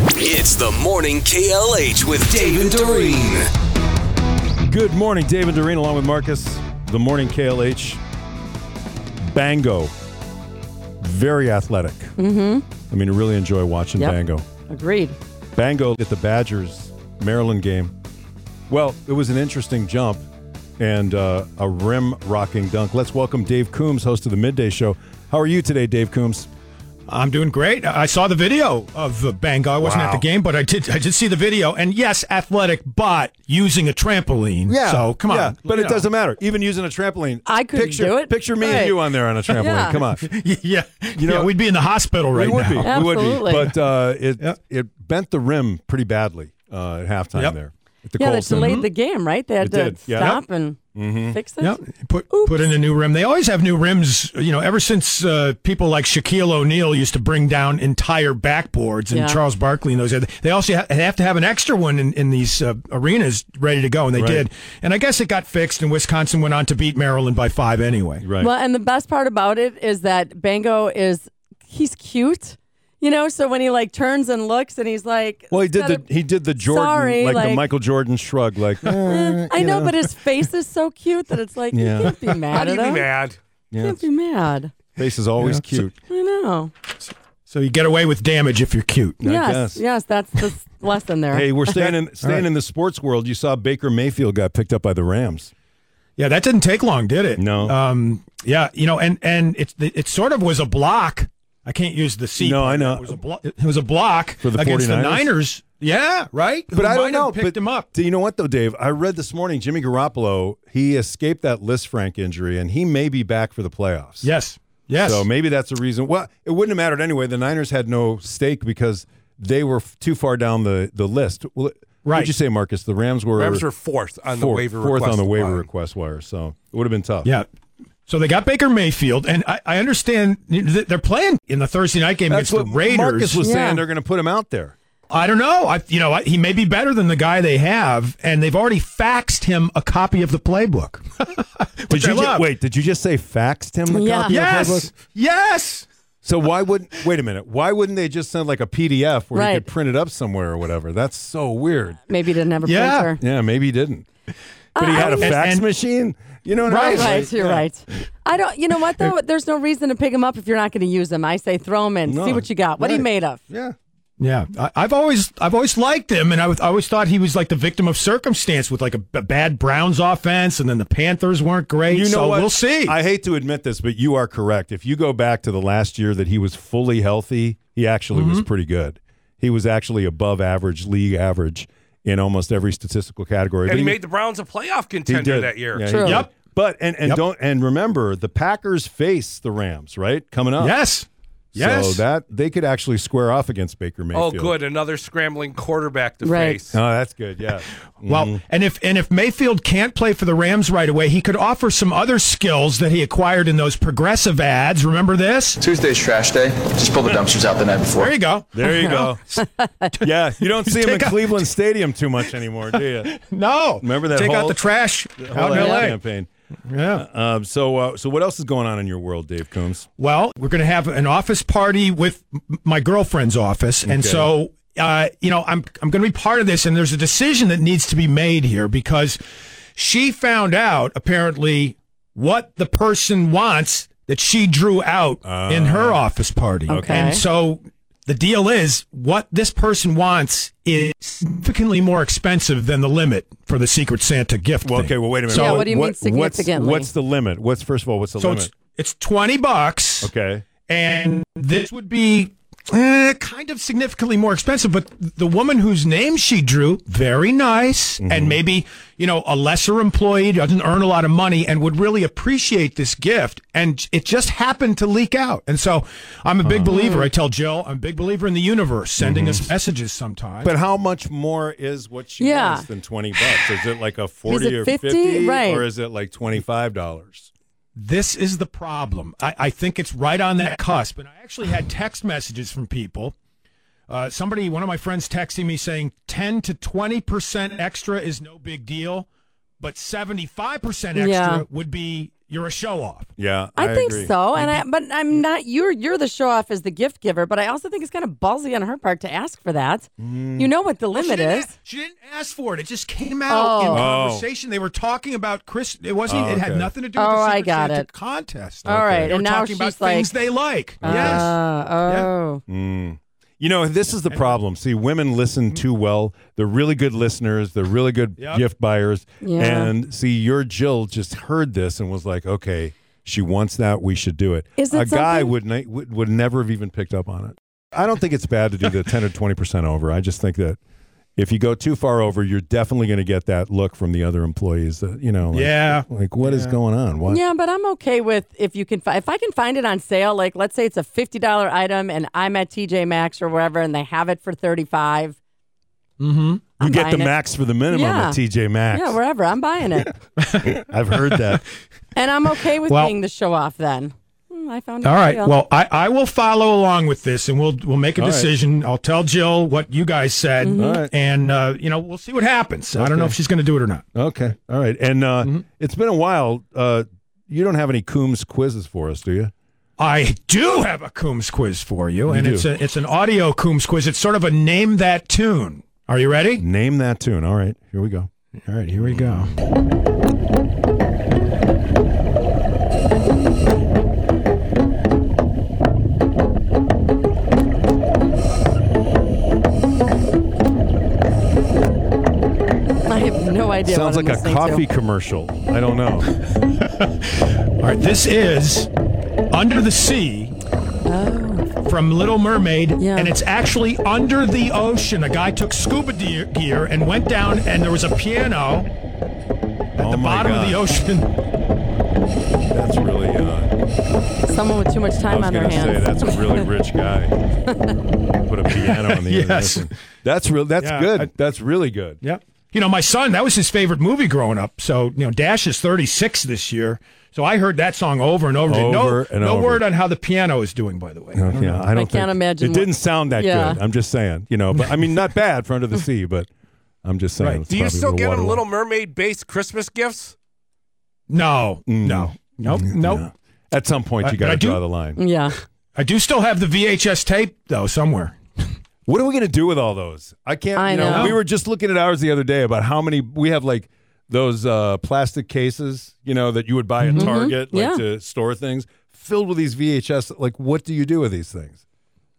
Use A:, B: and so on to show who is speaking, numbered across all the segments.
A: It's the morning KLH with Dave and Doreen.
B: Good morning, David Doreen, along with Marcus. The morning KLH. Bango. Very athletic. Mm-hmm. I mean, I really enjoy watching
C: Yep.
B: Bango.
C: Agreed.
B: Bango at the Badgers Maryland game. Well, it was an interesting jump and uh, a rim rocking dunk. Let's welcome Dave Coombs, host of the Midday Show. How are you today, Dave Coombs?
D: I'm doing great. I saw the video of uh, Bango. I wasn't
B: Wow.
D: at the game, but I did. I did see the video, and yes, athletic, but using a trampoline. So come on,
B: Yeah, but
D: you
B: it
D: know.
B: doesn't matter. Even using a trampoline,
C: I couldn't
B: picture,
C: do it.
B: Picture me and
C: Right.
B: you on there on a trampoline.
C: Yeah.
B: Come on.
D: Yeah, you
B: know-
D: know, we'd be in the hospital right
B: we would
D: now.
B: be. We would be.
C: Absolutely.
B: But uh, it
D: Yeah.
B: it bent the rim pretty badly uh, at halftime
D: Yep.
B: there. At the
C: Yeah,
B: Kohl
C: that
B: Center.
C: delayed the game, right? They had
B: It
C: to
B: did. Yeah. Mm-hmm.
C: stop and fix it.
D: Yep. Put put in a new rim. They always have new rims. You know, ever since uh, people like Shaquille O'Neal used to bring down entire backboards and
C: Yeah.
D: Charles Barkley and those. other- They also ha- have to have an extra one in, in these uh, arenas ready to go, and they
B: Right.
D: did. And I guess it got fixed, and Wisconsin went on to beat Maryland by five anyway.
B: Right.
C: Well, and the best part about it is that Bango is he's cute. You know, so when he like turns and looks and he's like
B: Well, he did the
C: instead
B: he did the Jordan
C: Sorry,
B: like, the
C: like-
B: Michael Jordan shrug like eh,
C: of, eh, I know, but his face is so cute that it's like
B: Yeah.
C: you can't be mad at him. You
B: yeah,
C: can't be mad.
B: face is always cute.
C: I know.
D: So you get away with damage if you're cute.
C: yes,
B: guess.
C: yes, that's the s- lesson there.
B: Hey, we're staying in staying in the sports world. You saw Baker Mayfield got picked up by the Rams.
D: Yeah, that didn't take long, did it?
B: No.
D: Um, yeah, you know, and and it it sort of was a block. I can't use the C.
B: No,
D: part.
B: I know.
D: It was a, blo- it was a block
B: For the
D: against
B: 49ers?
D: the Niners. Yeah, right.
B: But I don't know.
D: Picked
B: but
D: him up.
B: Do you know what though, Dave? I read this morning Jimmy Garoppolo he escaped that list Frank injury and he may be back for the playoffs.
D: Yes. Yes.
B: So maybe that's a reason. Well, it wouldn't have mattered anyway. The Niners had no stake because they were f- too far down the, the list. Well, What'd
D: Right.
B: you say, Marcus? The Rams were
E: Rams are fourth on the
B: fourth-
E: waiver
B: fourth
E: request
B: on the waiver
E: line.
B: request wire. So it would have been tough.
D: yeah. So they got Baker Mayfield, and I, I understand th- they're playing in the Thursday night game
B: That's what
D: against the Raiders.
B: Marcus was
C: Yeah.
B: saying. They're going to put him out there.
D: I don't know. I, you know, I, he may be better than the guy they have, and they've already faxed him a copy of the playbook.
B: Did
D: Which I
B: you ju-
D: love.
B: wait? Did you just say faxed him the
C: Yeah.
B: copy of the
D: Yes.
B: playbook?
D: Yes.
B: So why wouldn't? Wait a minute. Why wouldn't they just send like a PDF where you
C: Right.
B: could print it up somewhere or whatever? That's so weird.
C: Maybe he didn't have a
D: Yeah.
C: printer.
B: Yeah, maybe he didn't. But he
C: I-
B: had a
C: I-
B: fax
D: Uh, and-
B: machine. You know what I
C: Right,
B: mean?
C: right, you're
B: Yeah.
C: right. I don't. You know what though? There's no reason to pick him up if you're not going to use him. I say throw him in,
B: No,
C: see what you got, what he
B: right.
C: made of.
B: Yeah.
D: Yeah, I, I've always I've always liked him, and I, was- I always thought he was like the victim of circumstance with like a, b- bad Browns offense, and then the Panthers weren't great.
B: You know
D: so
B: what?
D: we'll see.
B: I hate to admit this, but you are correct. If you go back to the last year that he was fully healthy, he actually was
D: Mm-hmm.
B: pretty good. He was actually above average, league average in almost every statistical category.
E: And
B: But
E: he made the Browns a playoff contender that year.
B: Yeah, he
C: True.
B: did.
D: Yep.
B: But and, and
D: Yep.
B: don't and remember the Packers face the Rams, right? Coming up.
D: yes, yes.
B: uh, So that they could actually square off against Baker
E: Oh,
B: Mayfield.
E: good. Another scrambling quarterback to
C: Right.
E: face.
B: Oh, that's good. Yeah.
D: well,
B: mm-hmm.
D: and if and if Mayfield can't play for the Rams right away, he could offer some other skills that he acquired in those progressive ads. Remember this?
F: Tuesday's trash day. Just pull the dumpsters out the night before.
D: There you go.
B: There you go. yeah, you don't see him in
D: Take out-
B: Cleveland Stadium too much anymore, do you?
D: No,
B: Remember that
D: Take
B: whole-
D: out the trash out in
B: Whole
D: L.A.
B: ad campaign.
D: Yeah.
B: Um, so, uh, so what else is going on in your world, Dave Coombs?
D: Well, we're going to have an office party with m- my girlfriend's office, and
B: Okay.
D: so uh, you know, I'm I'm going to be part of this, and there's a decision that needs to be made here because she found out apparently what the person wants that she drew out
B: Ah.
D: in her office party,
C: Okay.
D: and so. The deal is what this person wants is significantly more expensive than the limit for the Secret Santa gift.
B: Well,
D: thing.
B: okay, well, wait a minute.
D: So- Yeah,
C: what do you mean
B: what's-
C: significantly?
B: What's, the limit? What's first of all? What's the
D: so
B: limit?
D: it's it's twenty bucks.
B: Okay,
D: and this would be eh, kind of significantly more expensive. But the woman whose name she drew, very nice, and maybe you know a lesser employee doesn't earn a lot of money and would really appreciate this gift. And it just happened to leak out, and so I'm a big believer. I tell Jill, I'm a big believer in the universe sending us messages sometimes.
B: but how much more is what she
C: Yeah.
B: wants than twenty bucks? Is it like a forty
C: it
B: or
C: 50?
B: fifty,
C: Right.
B: or is it like twenty five dollars?
D: this is the problem. I, I think it's right on that cusp. And I actually had text messages from people. Uh, somebody, one of my friends, texting me saying 10 to 20% extra is no big deal, but 75% extra
C: Yeah.
D: would be You're a show off.
B: Yeah,
C: I, think
B: agree.
C: so, and I, but I'm not. You're you're the show off as the gift giver, but I also think it's kind of ballsy on her part to ask for that.
B: Mm.
C: You know what the
D: Well, Oh, she
C: limit
D: didn't
C: is.
D: a- She didn't ask for it. It just came out
C: Oh.
D: in
C: Oh.
D: conversation. They were talking about Chris. It wasn't.
B: Oh,
D: It had
B: okay.
D: nothing to do with
C: Oh,
D: the
C: I
D: Secret
C: got
D: Santa
C: it.
D: contest.
C: All right,
D: They were
C: and now
D: talking about
C: she's like-
D: things they like. yes.
C: Ah, oh,
B: Mm. You know, this is the problem. See, women listen too well. They're really good listeners. They're really good
D: Mm. Yep.
B: gift buyers.
C: Yeah.
B: And see, your Jill just heard this and was like, "Okay, she wants that. We should do it."
C: Is it
B: a guy
C: something-
B: would, na- would would never have even picked up on it. I don't think it's bad to do the ten or twenty percent over. I just think that if you go too far over, you're definitely going to get that look from the other employees. That you know, like,
D: Yeah.
B: like what is going on? What?
C: yeah, but I'm okay with if you can. Fi- if I can find it on sale, like let's say it's a fifty dollar item, and I'm at TJ Maxx or wherever, and they have it for thirty five.
B: Mm-hmm. you get the
C: buying it.
B: max for the minimum
C: Yeah.
B: at TJ Maxx.
C: Yeah, wherever I'm buying it,
B: I've heard that.
C: and I'm okay with
D: Well-
C: being the show off. Then Hmm, I found it
D: All
C: on
D: right.
C: sale.
D: Well, I, I will follow along with this, and we'll we'll make a
B: All right.
D: decision. I'll tell Jill what you guys said,
B: All right.
D: and uh, you know we'll see what happens. I don't know if she's going to do it or not.
B: Okay. All right. And uh, it's been a while. Uh, you don't have any Coombs quizzes for us, do you?
D: I do have a Coombs quiz for you, and
B: do.
D: it's a, it's an audio Coombs quiz. It's sort of a name that tune. Are you ready?
B: Name that tune. All right. Here we go.
D: All right, here we go.
C: I have no idea.
B: Sounds
C: what
B: like
C: I'm
B: a
C: listening
B: coffee
C: To.
B: commercial. I don't know. Oh
D: All right, this is Under the Sea from Little Mermaid,
C: Yeah.
D: and it's actually under the ocean. A guy took scuba de- gear and went down, and there was a piano at
B: Oh
D: the
B: my
D: bottom of the
B: God.
D: ocean.
B: That's really. Uh,
C: Someone with too much
B: I
C: time
B: was
C: on their
B: gonna say
C: hands.
B: that's a really rich guy. Put a piano on the end. of
D: Yes.
B: this one. That's real. That's
D: Yeah,
B: good.
D: I-
B: that's really good.
D: Yep. You know, my son, that was his favorite movie growing up. So, you know, Dash is 36 this year. So I heard that song over and over. again.
B: Over
D: no
B: and
D: no
B: over.
D: word on how the piano is doing, by the way.
B: Yeah, I don't,
C: I can't
B: think-
C: imagine
B: It
C: what-
B: didn't sound that
C: Yeah.
B: good. I'm just saying, you know. But I mean, not bad for Under the Sea, but I'm just saying.
D: Right.
B: it's
E: Do you
B: probably
E: still
B: where
E: get
B: water
E: them
B: was.
E: Little Mermaid based Christmas gifts?
D: No, no, nope, nope.
B: Mm. Yeah. At some point,
D: I-
B: you
D: but
B: got
D: I
B: to
D: do-
B: draw the line.
C: yeah.
D: I do still have the VHS tape, though, somewhere.
B: What are we going to do with all those? I can't.
C: I
B: you know,
C: know.
B: We were just looking at ours the other day about how many we have, like those uh, plastic cases, you know, that you would buy at Target, like
C: Mm-hmm. Yeah.
B: to store things, filled with these VHS. Like, what do you do with these things?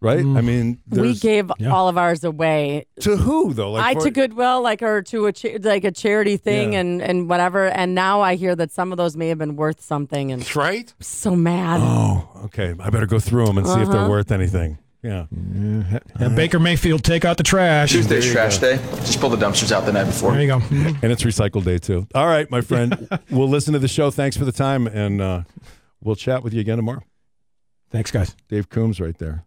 B: Right? I mean,
C: Mm. We
B: there's-
C: gave all of ours away
B: to who though? Like,
C: I
B: for-
C: to Goodwill, like or to a cha- like a charity thing,
B: Yeah.
C: and and whatever. And now I hear that some of those may have been worth something, and I'm
E: That's right.
C: so mad.
B: Oh, okay. I better go through them and see if
C: Uh-huh.
B: they're worth anything. Yeah. Uh-huh.
D: And Baker Mayfield, take out the trash.
F: Tuesday's trash day. Just pull the dumpsters out the night before.
D: There you go. Mm-hmm.
B: And it's recycle day too. All right, my friend. we'll listen to the show. Thanks for the time, and uh, we'll chat with you again tomorrow.
D: Thanks, guys.
B: Dave Coombs, right there.